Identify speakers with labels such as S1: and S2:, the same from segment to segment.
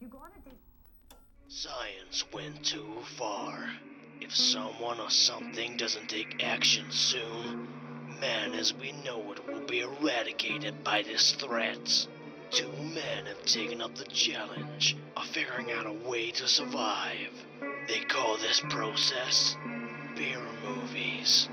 S1: You go on a date.
S2: Science went too far. If someone or something doesn't take action soon, man as we know it will be eradicated by this threat. Two men have taken up the challenge of figuring out a way to survive. They call this process beer movies.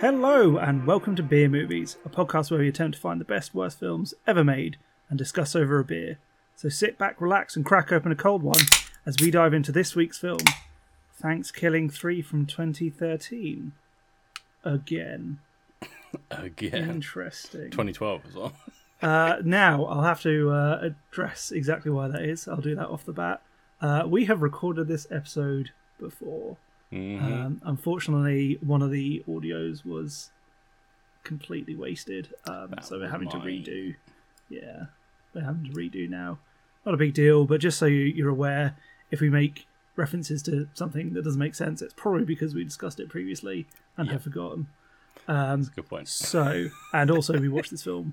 S3: Hello, and welcome to Beer Movies, a podcast where we attempt to find the best, worst films ever made and discuss over a beer. So sit back, relax, and crack open a cold one as we dive into this week's film Thanksgiving 3 from 2013. Again. Mm.
S4: Again.
S3: Interesting.
S4: 2012 as well.
S3: Uh, now, I'll have to uh, address exactly why that is. I'll do that off the bat. Uh, we have recorded this episode before.
S4: Mm-hmm.
S3: Um, unfortunately, one of the audios was completely wasted, um,
S4: That
S3: so we're having to
S4: might-
S3: redo. Yeah, we're having to redo now. Not a big deal, but just so you, you're aware, if we make references to something that doesn't make sense, it's probably because we discussed it previously and have forgotten. Um,
S4: Good point.
S3: so, and also we watched this film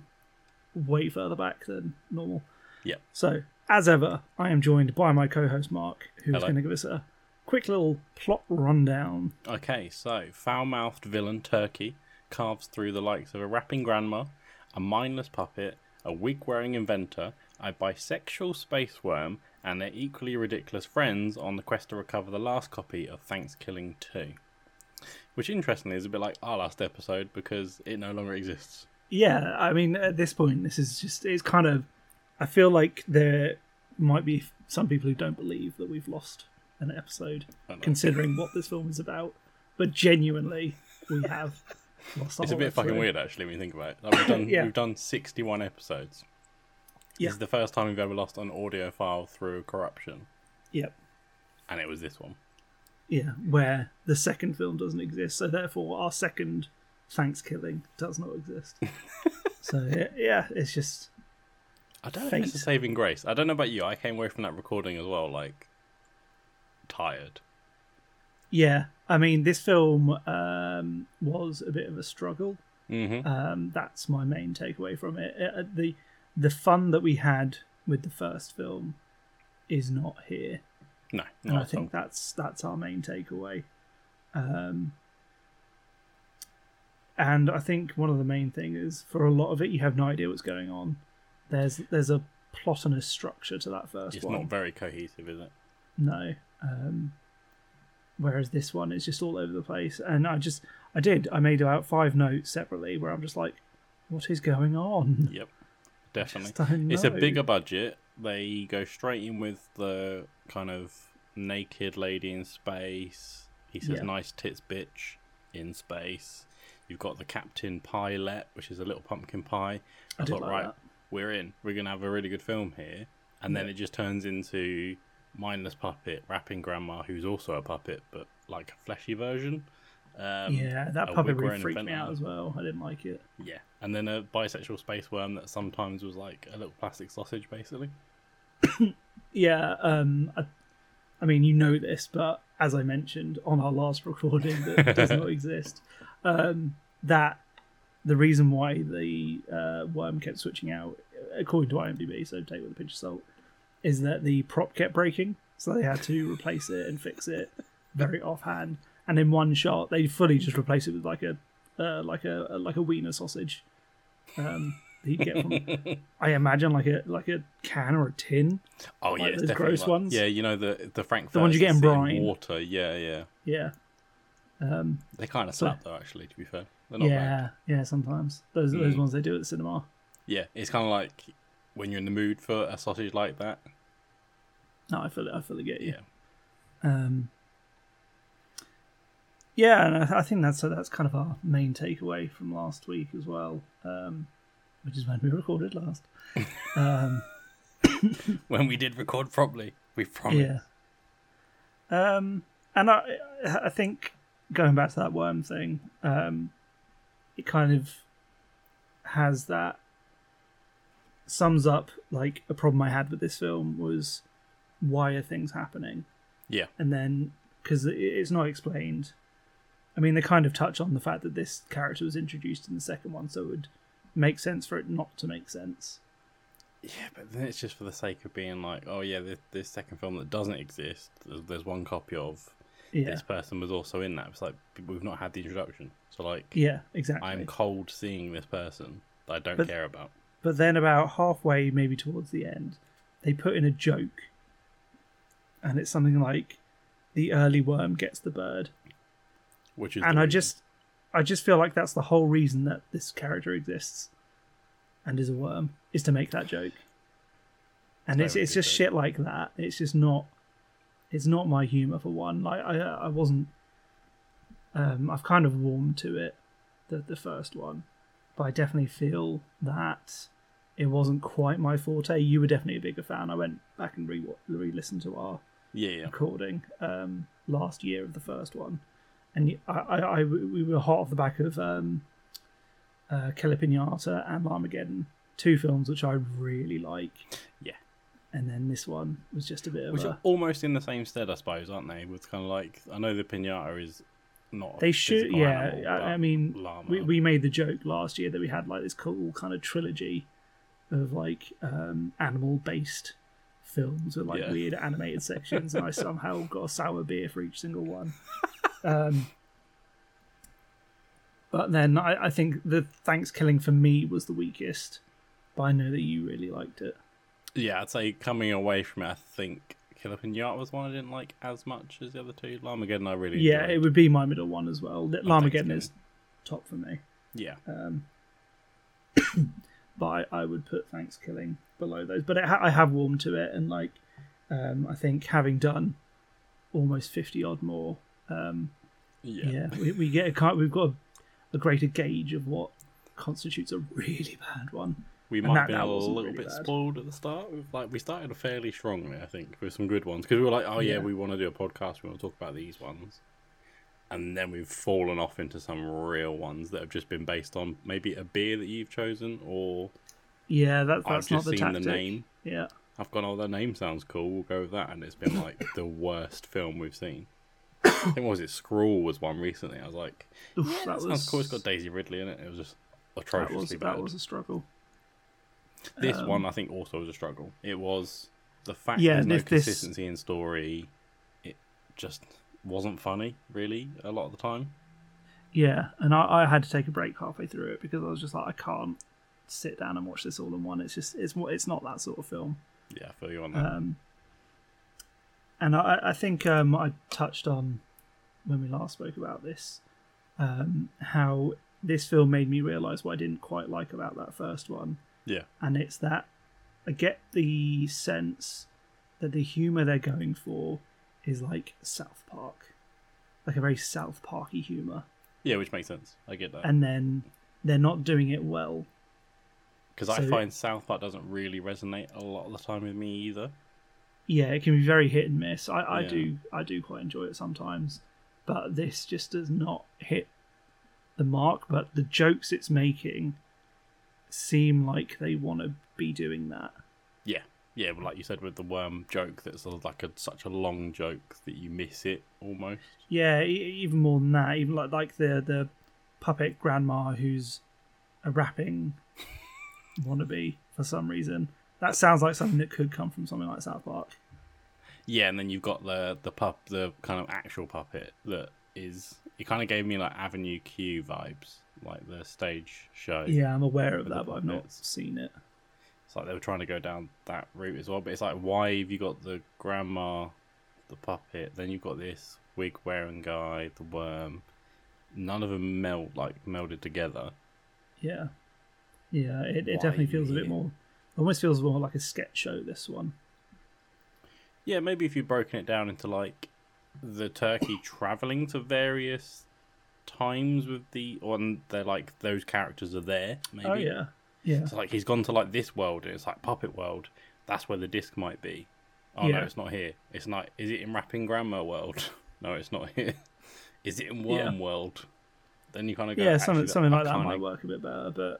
S3: way further back than normal.
S4: Yeah.
S3: So, as ever, I am joined by my co-host Mark, who's
S4: Hello.
S3: going to give us a quick little plot rundown.
S4: Okay, so foul mouthed villain Turkey carves through the likes of a rapping grandma, a mindless puppet, a wig wearing inventor, a bisexual space worm, and their equally ridiculous friends on the quest to recover the last copy of Thanksgiving 2. Which, interestingly, is a bit like our last episode because it no longer exists.
S3: Yeah, I mean, at this point, this is just—it's kind of. I feel like there might be some people who don't believe that we've lost an episode,
S4: know.
S3: considering what this film is about. But genuinely, we have lost.
S4: It's a
S3: whole
S4: bit fucking
S3: episode.
S4: weird, actually, when you think about it. Like, we've, done,
S3: Oh, Yeah.
S4: we've done 61 episodes.
S3: Yeah.
S4: This is the first time we've ever lost an audio file through corruption,
S3: Yep.
S4: and it was this one.
S3: Yeah, where the second film doesn't exist, so therefore our second Thanksgiving does not exist. so yeah, yeah, it's just
S4: I don't
S3: Fate.
S4: think it's a saving grace. I don't know about you. I came away from that recording as well, like tired.
S3: yeah. I mean, this film um, was a bit of a struggle.
S4: Mm-hmm.
S3: Um, that's my main takeaway from it. Uh, the the fun that we had with the first film is not here,
S4: no,
S3: and
S4: not
S3: I
S4: at all.
S3: think that's that's our main takeaway. Um, and I think one of the main thing is for a lot of it, you have no idea what's going on. There's there's a plot and a structure to that first
S4: it's
S3: one.
S4: not very cohesive, is it?
S3: No. Um, whereas this one is just all over the place. And I just, I did, I made about five notes separately where I'm just like, what is going on?
S4: Yep, definitely.
S3: don't
S4: It's a
S3: know.
S4: bigger budget. They go straight in with the kind of naked lady in space. He says
S3: Yeah.
S4: "nice tits, bitch" in space. You've got the Captain Pilot, which is a little pumpkin pie. I,
S3: I did
S4: thought,
S3: like
S4: right,
S3: that.
S4: we're in. We're gonna have a really good film here, and then it just turns into mindless puppet rapping grandma, who's also a puppet, but like a fleshy version. Um,
S3: yeah, that
S4: a
S3: puppet
S4: wig
S3: really
S4: wearing
S3: freaked me
S4: inventor.
S3: out as well. I didn't like it.
S4: Yeah, and then a bisexual space worm that sometimes was like a little plastic sausage, basically.
S3: Yeah, um, I, I mean, you know this, but as I mentioned on our last recording that does not exist, um, that the reason why the uh, worm kept switching out, according to IMDb, so take it with a pinch of salt, is that the prop kept breaking, so they had to replace it and fix it very offhand. And in one shot, they fully just replaced it with like a uh, like a like a wiener sausage. Um, that you'd get from, I imagine, like a like a can or a tin.
S4: Oh
S3: Like
S4: yeah, it's
S3: those
S4: definitely
S3: gross
S4: like-
S3: ones?
S4: Yeah, you know the the Frankfurt.
S3: ones you get in brine.
S4: water. Yeah, yeah.
S3: Yeah. Um,
S4: They kind of
S3: So-
S4: slap though, actually. To be fair, they're not
S3: yeah,
S4: bad.
S3: yeah. Sometimes those those
S4: Mm.
S3: ones they do at the cinema.
S4: Yeah, it's kind of like when you're in the mood for a sausage like that.
S3: No, I fully I fully get you.
S4: Yeah.
S3: Um, yeah, and I, I think that's so that's kind of our main takeaway from last week as well, um, which is when we recorded last. um,
S4: When we did record properly, we promised.
S3: yeah. Um, and I I think going back to that worm thing, um, it kind of has that sums up like a problem I had with this film was why are things happening?
S4: Yeah.
S3: and then because it's not explained I mean, they kind of touch on the fact that this character was introduced in the second one, so it would make sense for it not to make sense.
S4: Yeah, but then it's just for the sake of being like, oh yeah, this, this second film that doesn't exist, there's, there's one copy of.
S3: Yeah,
S4: This person was also in that. It's like we've not had the introduction, so like
S3: yeah, exactly.
S4: I'm cold seeing this person that I don't
S3: But-
S4: care about.
S3: But then, about halfway, maybe towards the end, they put in a joke, and it's something like, "The early worm gets the bird,"
S4: Which is the
S3: and I
S4: reason.
S3: just, I just feel like that's the whole reason that this character exists, and is a worm, is to make that joke. And
S4: That
S3: it's
S4: would
S3: it's
S4: be
S3: just
S4: great.
S3: shit like that. It's just not, it's not my humor for one. Like I I wasn't, um, I've kind of warmed to it, the the first one, but I definitely feel that it wasn't quite my forte. You were definitely a bigger fan. I went back and re re listened to our
S4: yeah, yeah.
S3: recording um, last year of the first one, and y- I, I- I- we were hot off the back of um, uh, Kelly Pinata and Armageddon, two films which I really like.
S4: Yeah.
S3: and then this one was just a bit of
S4: which
S3: a,
S4: are almost in the same stead, I suppose, aren't they? With kind of like I know the pinata is not. a
S3: they should
S4: physical
S3: yeah.
S4: animal,
S3: I,
S4: but
S3: I mean,
S4: llama.
S3: we we made the joke last year that we had like this cool kind of trilogy of like um, animal based films with like
S4: Yeah.
S3: weird animated sections, and I somehow got a sour beer for each single one. Um, but then I, I think the thanks killing for me was the weakest, but I know that you really liked it.
S4: yeah, I'd say coming away from it, I think Killer Pinata was one I didn't like as much as the other two. Lamageddon, I really
S3: yeah,
S4: enjoyed. Oh,
S3: it would be my middle one as well. Larmageddon
S4: Killing.
S3: is top for me.
S4: yeah,
S3: Um, but I, I would put Thanks Killing below those. But it ha- I have warmed to it, and like um, I think having done almost fifty odd more, um,
S4: yeah,
S3: yeah, we, we get a kind, we've got a, a greater gauge of what constitutes a really bad one.
S4: We
S3: And
S4: might
S3: that-
S4: have been
S3: that
S4: a
S3: wasn't
S4: little
S3: really
S4: bit
S3: bad.
S4: spoiled at the start. We've, Like we started fairly strongly, I think, with some good ones because we were like, "Oh yeah,
S3: Yeah.
S4: we want to do a podcast. We want to talk about these ones," and then we've fallen off into some real ones that have just been based on maybe a beer that you've chosen or
S3: Yeah, that,
S4: I've
S3: that's
S4: just
S3: not the
S4: seen
S3: tactic.
S4: the name.
S3: Yeah,
S4: I've gone, "Oh, that name sounds cool. We'll go with that," and it's been like the worst film we've seen. I think what was it? Scrawl was one recently. I was like,
S3: Oof,
S4: "Yeah, that,
S3: that
S4: sounds cool. It's
S3: was-
S4: got Daisy Ridley in it. It was just
S3: that
S4: atrociously
S3: was
S4: bad."
S3: that was a struggle.
S4: This
S3: Um,
S4: one, I think, also was a struggle. It was the fact
S3: Yeah,
S4: there's no
S3: this- this-
S4: consistency in story. It just wasn't funny, really, a lot of the time.
S3: Yeah, and I, I had to take a break halfway through it because I was just like, I can't sit down and watch this all in one. It's just it's it's not that sort of film.
S4: Yeah, I feel you on that.
S3: Um, and I, I think um, I touched on when we last spoke about this um, how this film made me realise what I didn't quite like about that first one,
S4: yeah,
S3: and it's that I get the sense that the humour they're going for is like South Park, like a very South Parky humour,
S4: yeah, which makes sense. I get that
S3: and then they're not doing it well.
S4: because I
S3: so-
S4: find South Park doesn't really resonate a lot of the time with me either.
S3: yeah, it can be very hit and miss. I, I
S4: Yeah.
S3: do I do quite enjoy it sometimes, but this just does not hit the mark. But the jokes it's making seem like they want to be doing that.
S4: Yeah, yeah, but like you said with the worm joke, that's sort of like a, such a long joke that you miss it almost.
S3: Yeah, e- even more than that, even like like the the puppet grandma who's a rapping wannabe for some reason. That sounds like something that could come from something like South Park.
S4: Yeah, and then you've got the the pup, the kind of actual puppet that is. It kind of gave me like Avenue Q vibes, like the stage show.
S3: Yeah, I'm aware of
S4: With the
S3: that, but I've not
S4: puppets.
S3: seen it.
S4: It's like they were trying to go down that route as well, but it's like why have you got the grandma, the puppet, then you've got this wig wearing guy, the worm. None of them melt like melded together.
S3: Yeah, yeah. It, it
S4: Why
S3: definitely feels a
S4: me?
S3: bit more. Almost feels more like a sketch show. This one.
S4: Yeah, maybe if you'd broken it down into like the turkey traveling to various times with the on they're like those characters are there. Maybe.
S3: Oh yeah, yeah,
S4: So like he's gone to like this world and it's like puppet world. That's where the disc might be. Oh no,
S3: Yeah.
S4: it's not here. It's not. Is it in rapping grammar world? No, it's not here. Is it in worm world? Then you kind of go.
S3: yeah. Something
S4: actually,
S3: something
S4: I
S3: like that
S4: kinda-
S3: might work a bit better, but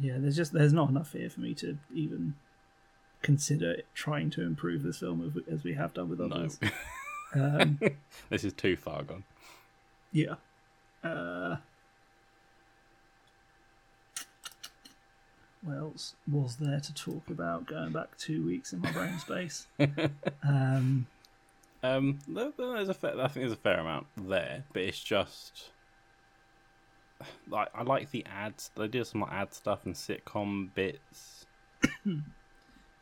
S3: yeah, there's just there's not enough here for me to even consider trying to improve this film as we, as we have done with
S4: No,
S3: others. Um,
S4: this is too far gone.
S3: Yeah. Uh, what else was there to talk about going back two weeks in my brain space? um,
S4: Um, there- there's a fair, I think there's a fair amount there, but it's just like I like the ads. They do some like, ad stuff and sitcom bits.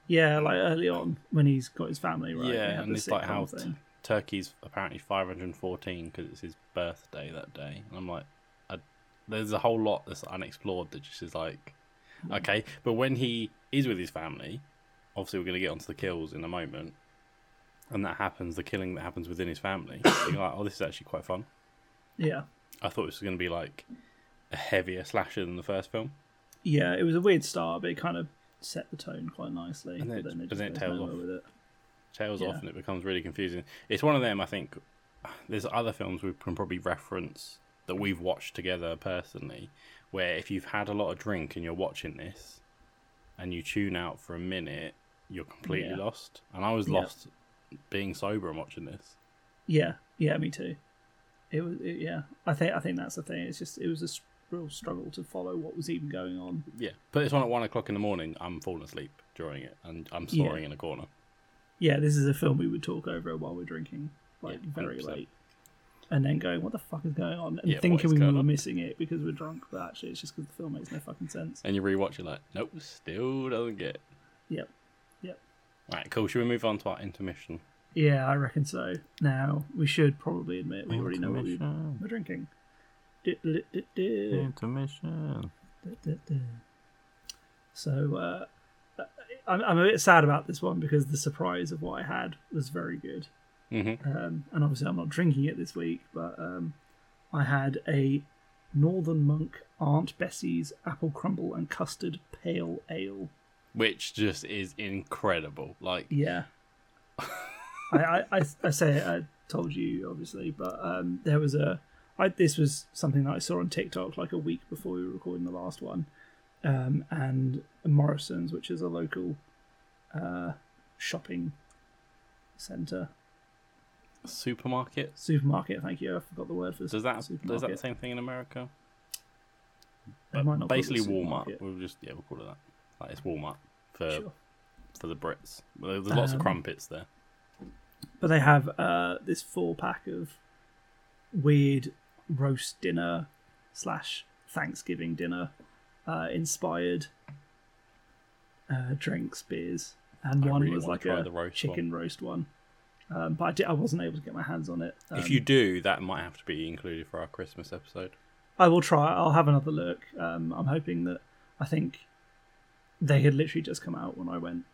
S3: yeah, like early on when he's got his family, right?
S4: yeah,
S3: they had
S4: and
S3: the
S4: it's like
S3: sitcom
S4: how
S3: thing.
S4: Turkey's apparently 514 because it's his birthday that day, and I'm like, I, there's a whole lot that's unexplored that just is like,
S3: Hmm.
S4: okay. But when he is with his family, obviously we're gonna get onto the kills in a moment, and that happens, the killing that happens within his family. you're like, oh, this is actually quite fun.
S3: Yeah.
S4: I thought this was going to be like a heavier slasher than the first film,
S3: Yeah, it was a weird start, but it kind of set the tone quite nicely.
S4: And then it-
S3: but
S4: but then it
S3: goes
S4: tails
S3: nowhere
S4: off.
S3: With it.
S4: tails off,
S3: Yeah.
S4: and it becomes really confusing. It's one of them. I think there's other films we can probably reference that we've watched together personally, where if you've had a lot of drink and you're watching this, and you tune out for a minute, you're completely
S3: Yeah.
S4: lost. And I was
S3: Yeah.
S4: lost being sober and watching this.
S3: Yeah, yeah, me too. It was, it, yeah. I think I think that's the thing. It's just it was a s- real struggle to follow what was even going on.
S4: Yeah, put this on at one o'clock in the morning. I'm falling asleep during it, and I'm snoring in a corner.
S3: Yeah, this is a film we would talk over while we're drinking, like
S4: Yeah,
S3: very
S4: 100%.
S3: late, and then going, "What the fuck is going on?" and
S4: Yeah, what
S3: thinking
S4: is
S3: we were
S4: going on?
S3: missing it because we're drunk, but actually it's just because the film makes no fucking sense.
S4: And you rewatch it like, nope, still doesn't get. it."
S3: Yep, yep.
S4: Right, cool. Should we move on to our intermission?
S3: Yeah, I reckon so. Now we should probably admit we already know what we-
S4: Intermission.
S3: we're drinking. Du- du- du- du.
S4: Intermission.
S3: So uh, I'm, I'm a bit sad about this one because the surprise of what I had was very good.
S4: hmm
S3: Um, and obviously, I'm not drinking it this week, but um, I had a Northern Monk Aunt Bessie's apple crumble and custard pale ale.
S4: Which just is incredible. Like,
S3: Yeah. I, I, I, I say it, I told you, obviously, but um, there was a. I, this was something that I saw on TikTok like a week before we were recording the last one. Um, and Morrison's, which is a local uh, shopping centre,
S4: supermarket.
S3: supermarket, thank you. I forgot the word for this.
S4: Does that does
S3: supermarket.
S4: that the same thing in America?
S3: They might not call it
S4: Basically, Walmart.
S3: supermarket.
S4: We'll just yeah, we'll call it that. Like it's Walmart for
S3: Sure.
S4: for the Brits. Well, There's lots of
S3: Um,
S4: crumpets there.
S3: But they have uh, this four pack of weird roast dinner slash Thanksgiving dinner uh, inspired uh, drinks, beers, and
S4: I
S3: one
S4: really
S3: was
S4: wanna
S3: like
S4: try
S3: a
S4: the roast
S3: chicken roast one. Um, but I, did, I wasn't able to get my hands on it. Um,
S4: if you do, that might have to be included for our Christmas episode.
S3: I will try. I'll have another look. Um, I'm hoping that I think they had literally just come out when I went,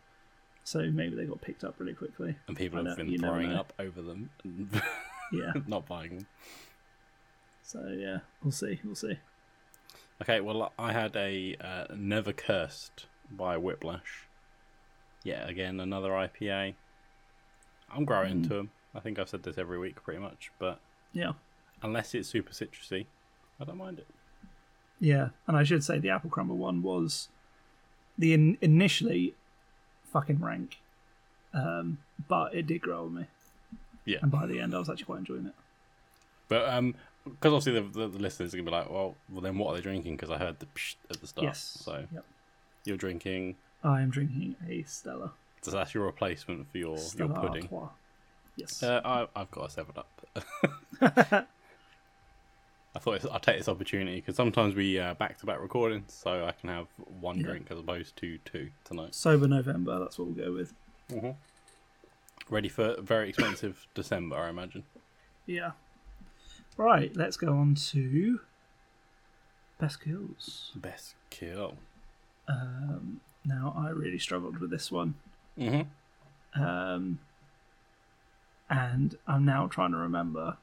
S3: so maybe they got picked up really quickly.
S4: And people
S3: I
S4: have
S3: know,
S4: been
S3: you never
S4: throwing
S3: know.
S4: up over them, and
S3: Yeah.
S4: not buying them.
S3: so yeah, we'll see. We'll see.
S4: Okay, well, I had a uh, Never Cursed by Whiplash. Yet again, another IPA. I'm growing
S3: Mm.
S4: into 'em. I think I've said this every week pretty much, but
S3: Yeah.
S4: unless it's super citrusy, I don't mind it.
S3: Yeah, and I should say the apple crumble one was the in- initially fucking rank, um, but it did grow on me,
S4: Yeah.
S3: and by the end I was actually quite enjoying it.
S4: But um 'cause because obviously the, the, the listeners are going to be like, well, well, then what are they drinking? Because I heard the psh at the start.
S3: yes,
S4: So
S3: yep.
S4: you're drinking,
S3: I am drinking a Stella.
S4: so that's your replacement for your, your
S3: Stella
S4: pudding.
S3: Artois. Yes.
S4: Uh, I, I've got a seven up. I thought it's- I'll take this opportunity because sometimes we uh, back-to-back recordings, so I can have one
S3: Yeah.
S4: drink as opposed to two tonight.
S3: Sober November. That's what we'll go with.
S4: Ready for a very expensive December, I imagine.
S3: Yeah. Right. Let's go on to best kills.
S4: Best kill.
S3: Um, now I really struggled with this one.
S4: hmm
S3: um, and I'm now trying to remember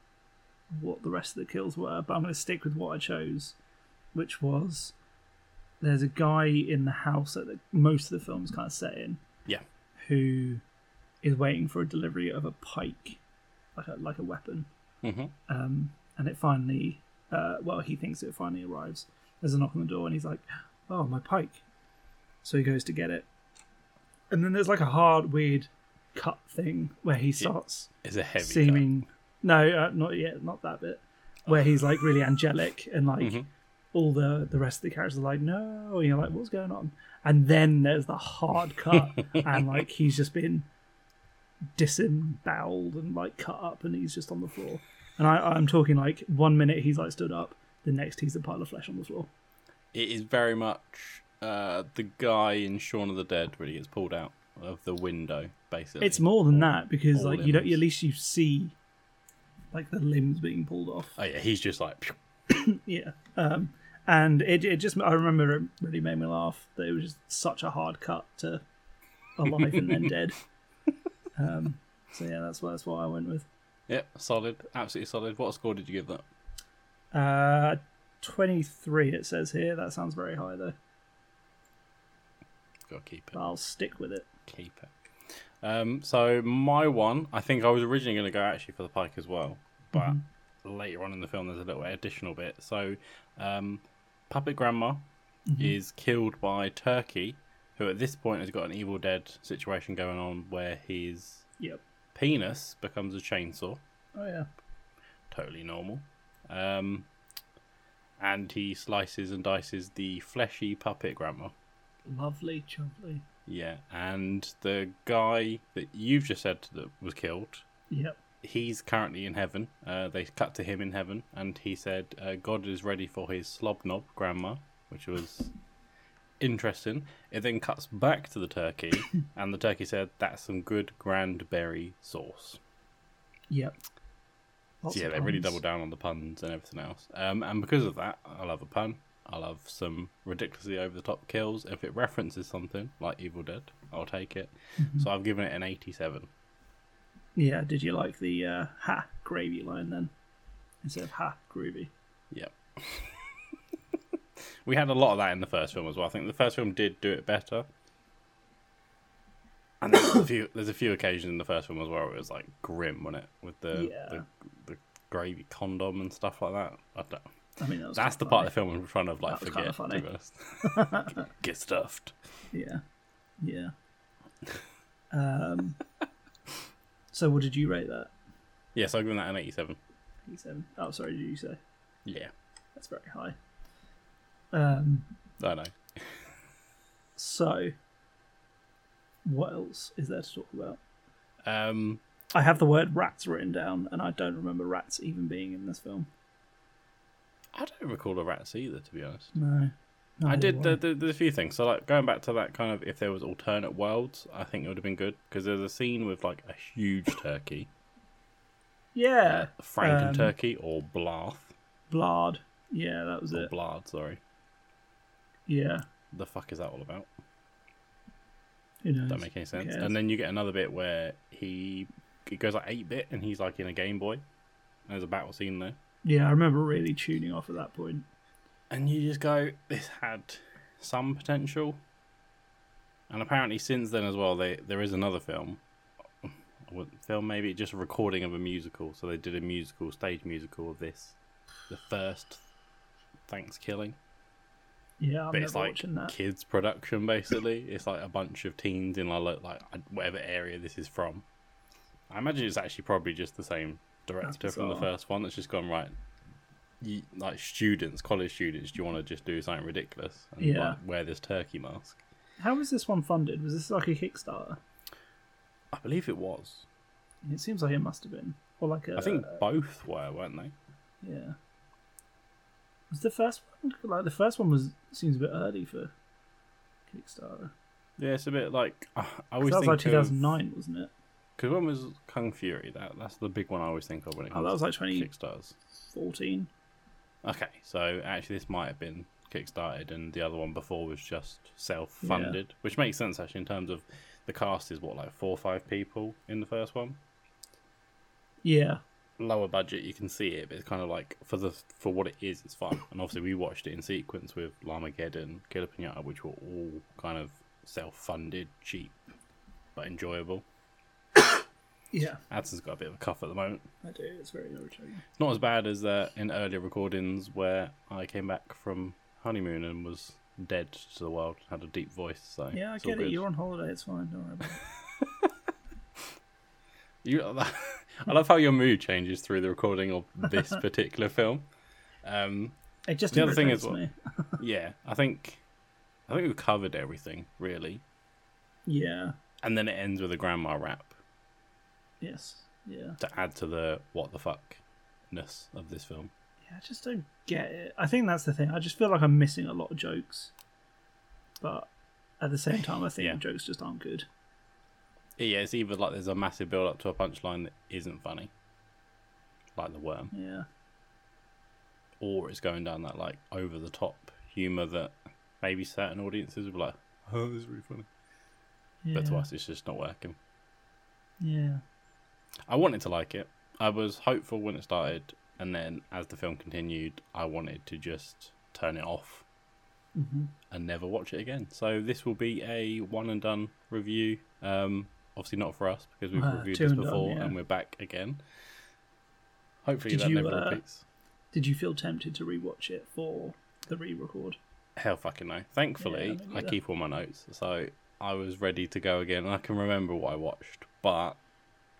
S3: what the rest of the kills were, but I'm going to stick with what I chose, which was there's a guy in the house that the, most of the film's kind of set in
S4: Yeah.
S3: who is waiting for a delivery of a pike, like a, like a weapon,
S4: hmm
S3: um, and it finally, uh, well, he thinks it finally arrives. There's a knock on the door, and he's like, "Oh, my pike!" So he goes to get it, and then there's like a hard, weird cut thing where he starts
S4: It's a heavy. cut.
S3: seeming no, uh, not yet, not that bit. where he's like really angelic and like
S4: Mhm.
S3: all the the rest of the characters are like no and you're like what's going on and then there's the hard cut and like he's just been disemboweled and like cut up and he's just on the floor and I, i'm talking like one minute he's like stood up the next he's a pile of flesh on the floor
S4: It is very much uh, the guy in Shaun of the Dead when he gets pulled out of the window, basically.
S3: it's more than that because
S4: all
S3: like you don't
S4: limbs.
S3: at least you see like the limbs being pulled off
S4: Oh yeah, he's just like. "Phew."
S3: yeah um and it, it just i remember it really made me laugh that it was just such a hard cut to alive and then dead um so yeah that's what that's what i went with
S4: Yep, solid, absolutely solid. What score did you give that?
S3: uh 23 it says here that sounds very high though
S4: Got to keep it.
S3: but i'll stick with it
S4: keep it. Um, so my one, I think I was originally going to go actually for the pike as well, but
S3: Mm-hmm.
S4: later on in the film there's a little additional bit. So um, puppet grandma
S3: Mm-hmm.
S4: is killed by Turkey, who at this point has got an Evil Dead situation going on where his
S3: yep
S4: penis becomes a chainsaw,
S3: oh yeah
S4: totally normal. Um, and he slices and dices the fleshy puppet grandma.
S3: lovely chubbly
S4: Yeah, and the guy that you've just said that was killed,
S3: yep
S4: he's currently in heaven. Uh, they cut to him in heaven, and he said, uh, "God is ready for his slob knob grandma," which was interesting. It then cuts back to the turkey, and the turkey said, "That's some good grand berry sauce."
S3: yep Lots
S4: So yeah,
S3: of
S4: they really
S3: puns.
S4: double down on the puns and everything else. Um, and because of that, I love a pun. I love some ridiculously over the top kills. If it references something like Evil Dead, I'll take it.
S3: Mm-hmm.
S4: So I've given it an 87.
S3: yeah did you like the uh ha gravy line then instead of ha groovy
S4: Yep. we had a lot of that in the first film as well. I think the first film did do it better. And there's a few there's a few occasions in the first film as well where it was like grim, wasn't it? With the
S3: Yeah.
S4: the, the gravy condom and stuff like that. I don't,
S3: i mean that was
S4: that's the
S3: kinda
S4: part
S3: funny.
S4: of the film I'm trying to like
S3: That was kinda
S4: forget. To be honest. Get stuffed.
S3: Yeah. Yeah. Um So what did you rate that?
S4: Yes, I've given that an eighty-seven.
S3: Eighty-seven. Oh sorry, did you say?
S4: Yeah,
S3: That's very high. Um
S4: I know.
S3: so what else is there to talk about?
S4: Um,
S3: I have the word rats written down and I don't remember rats even being in this film.
S4: I don't recall the rats either, to be honest.
S3: No.
S4: I
S3: neither do
S4: did. There, there, there's a few things. So, like going back to that kind of, if there was alternate worlds, I think it would have been good because there's a scene with like a huge turkey,
S3: Yeah.
S4: uh, Franken
S3: um,
S4: turkey or Blath
S3: Blard. Yeah, that was
S4: or
S3: it.
S4: Blard. Sorry,
S3: Yeah.
S4: the fuck is that all about?
S3: Who knows?
S4: Don't make any sense.
S3: cares?
S4: And then you get another bit where he it goes like eight bit, and he's like in a Game Boy. And there's a battle scene there,
S3: yeah, I remember really tuning off at that point.
S4: and you just go, this had some potential. And apparently, since then as well, they there is another film, What film maybe just a recording of a musical. So they did a musical, stage musical of this, the first Thanksgiving.
S3: Yeah, I'm
S4: But
S3: never
S4: it's like
S3: watching that.
S4: kids production basically. It's like a bunch of teens in like, like whatever area this is from. I imagine it's actually probably just the same director from the
S3: bizarre.
S4: first one that's just gone right. You, like students, college students, do you want to just do something ridiculous and
S3: Yeah.
S4: like, wear this turkey mask?
S3: How was this one funded? Was this like a Kickstarter?
S4: I believe it was.
S3: It seems like it must have been, or like a.
S4: I think both were, weren't they?
S3: yeah. Was the first one like the first one was seems a bit early for Kickstarter.
S4: Yeah, it's a bit like I always
S3: That was
S4: think
S3: like
S4: like
S3: 2009, wasn't it?
S4: Because when was Kung Fury? That that's the big one I always think of when it
S3: Oh,
S4: comes
S3: that was like
S4: to Kickstarters.
S3: 2014.
S4: Okay, so actually, this might have been kickstarted, and the other one before was just self-funded, which makes sense actually in terms of the cast is what like four or five people in the first one.
S3: Yeah,
S4: Lower budget, you can see it, but it's kind of like for the for what it is, it's fun. And obviously, we watched it in sequence with Lamageddon, Killer Pinata, which were all kind of self-funded, cheap, but enjoyable.
S3: yeah,
S4: Adson's got a bit of a cough at the moment.
S3: I do. It's very irritating.
S4: It's not as bad as uh, in earlier recordings where I came back from honeymoon and was dead to the world, had a deep voice. So
S3: Yeah, I
S4: it's all
S3: get it.
S4: good.
S3: You're on holiday. It's fine. Don't worry about it.
S4: You- I love how your mood changes through the recording of this particular film. Um,
S3: It just
S4: The other thing is
S3: irritates
S4: what-
S3: me.
S4: yeah, I think I think we've covered everything really,
S3: Yeah.
S4: and then it ends with a grandma rap
S3: Yes. Yeah.
S4: to add to the what the fuck ness of this film.
S3: Yeah, I just don't get it. I think that's the thing. I just feel like I'm missing a lot of jokes. But at the same time, I think
S4: Yeah.
S3: the jokes just aren't good.
S4: Yeah, it's either like there's a massive build up to a punchline that isn't funny, like the worm,
S3: Yeah.
S4: or it's going down that like over the top humor that maybe certain audiences would be like, oh, this is really funny,
S3: yeah.
S4: but to us it's just not working.
S3: Yeah.
S4: I wanted to like it. I was hopeful when it started, and then as the film continued, I wanted to just turn it off
S3: hmm
S4: and never watch it again. So this will be a one and done review. Um, obviously not for us because we've
S3: Uh,
S4: reviewed
S3: two
S4: this
S3: and done,
S4: before
S3: yeah.
S4: and we're back again. Hopefully
S3: Did
S4: that
S3: you,
S4: never
S3: uh,
S4: repeats.
S3: Did you feel tempted to rewatch it for the re-record?
S4: Hell fucking no. Thankfully,
S3: Yeah, me
S4: I
S3: neither.
S4: keep all my notes, so I was ready to go again. and I can remember what I watched, but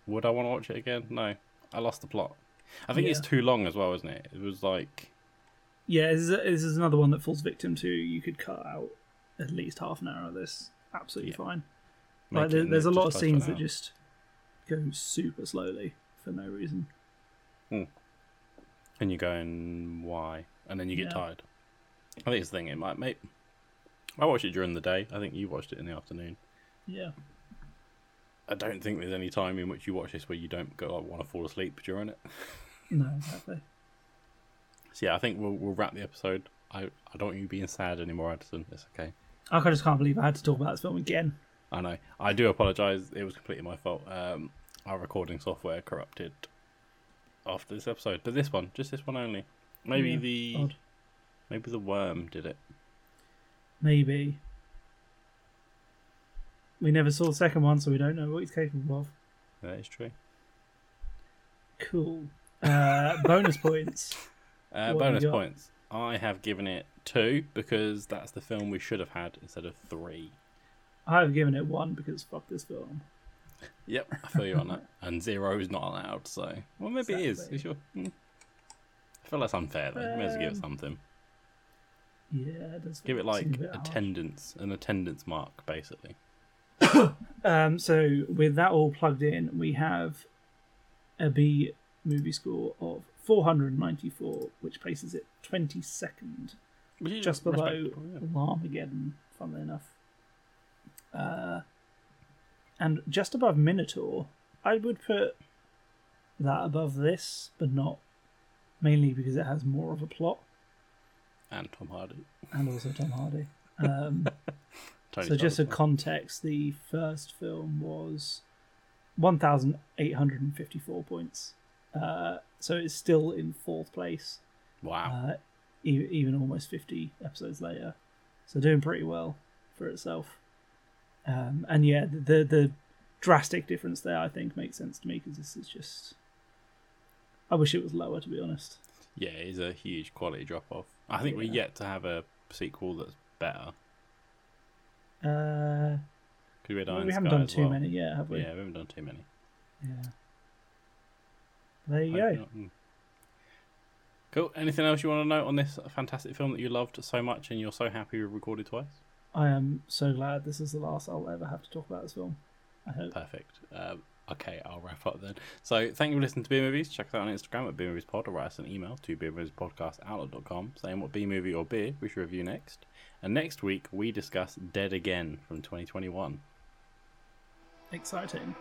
S4: would I want to watch it again? No, I lost the plot. I think it's
S3: Yeah.
S4: too long as well, isn't it? It was like
S3: Yeah, this is, this is another one that falls victim to. You could cut out at least half an hour of this. Absolutely fine. Like
S4: make
S3: there,
S4: it
S3: there's a
S4: and
S3: lot of
S4: just post it
S3: scenes that
S4: out.
S3: just go super slowly for no reason.
S4: and you're going why, and then you get
S3: Yeah.
S4: tired. I think it's the thing. It might make. I watched it during the day. I think you watched it in the afternoon.
S3: Yeah.
S4: I don't think there's any time in which you watch this where you don't go like, want to fall asleep during it.
S3: No, exactly.
S4: So yeah, I think we'll we'll wrap the episode. I I don't want you being sad anymore, Addison. It's okay.
S3: I just can't believe I had to talk about this film again.
S4: I know. I do apologise. It was completely my fault. Um, our recording software corrupted after this episode, but this one, just this one only. Maybe
S3: Yeah,
S4: the
S3: odd.
S4: maybe the worm did it.
S3: Maybe. We never saw the second one, so we don't know what he's capable of.
S4: That is true.
S3: Cool. Uh, bonus points. What
S4: Uh,
S3: have you
S4: bonus
S3: got?
S4: points. I have given it two because that's the film we should have had instead of three.
S3: I've given it one because fuck this film.
S4: Yep, I feel you on that. And zero is not allowed, so well maybe it is.
S3: Exactly.
S4: It's your. mm. I feel that's unfair though. You may as well give
S3: Um,
S4: it something.
S3: Yeah, it does.
S4: Give it
S3: seem
S4: like
S3: bit harsh.
S4: attendance, an attendance mark basically.
S3: Um, so with that all plugged in, we have a B movie score of 494, which places it 22nd,
S4: Which is
S3: just below
S4: respectable, yeah.
S3: Armageddon, funnily enough, uh, and just above Minotaur. I would put that above this, but not mainly because it has more of a plot
S4: and Tom Hardy.
S3: and also Tom Hardy. Um,
S4: Tony
S3: So, just for
S4: Stark.
S3: context, the first film was 1,854 points. Uh, so it's still in fourth place,
S4: wow,
S3: uh, e- even almost 50 episodes later. So doing pretty well for itself. Um, and yeah, the the drastic difference there, I think, makes sense to me because this is just. I wish it was lower, to be honest.
S4: yeah, it is a huge quality drop off. I think we're
S3: Yeah.
S4: yet to have a sequel that's better.
S3: Uh,
S4: Could we,
S3: we haven't done too many yet, have we?
S4: Yeah, we haven't done too many.
S3: Yeah. There you
S4: Hope
S3: go.
S4: not. Mm. Cool. Anything else you want to note on this fantastic film that you loved so much and you're so happy we recorded twice?
S3: I am so glad this is the last I'll ever have to talk about this film. I hope.
S4: Perfect. Um, okay, I'll wrap up then. So, thank you for listening to B Movies. Check us out on Instagram at B Movies Pod or write us an email to bmoviespodcastoutlook.com saying what B movie or beer we should review next. And next week, we discuss Dead Again from 2021.
S3: Exciting.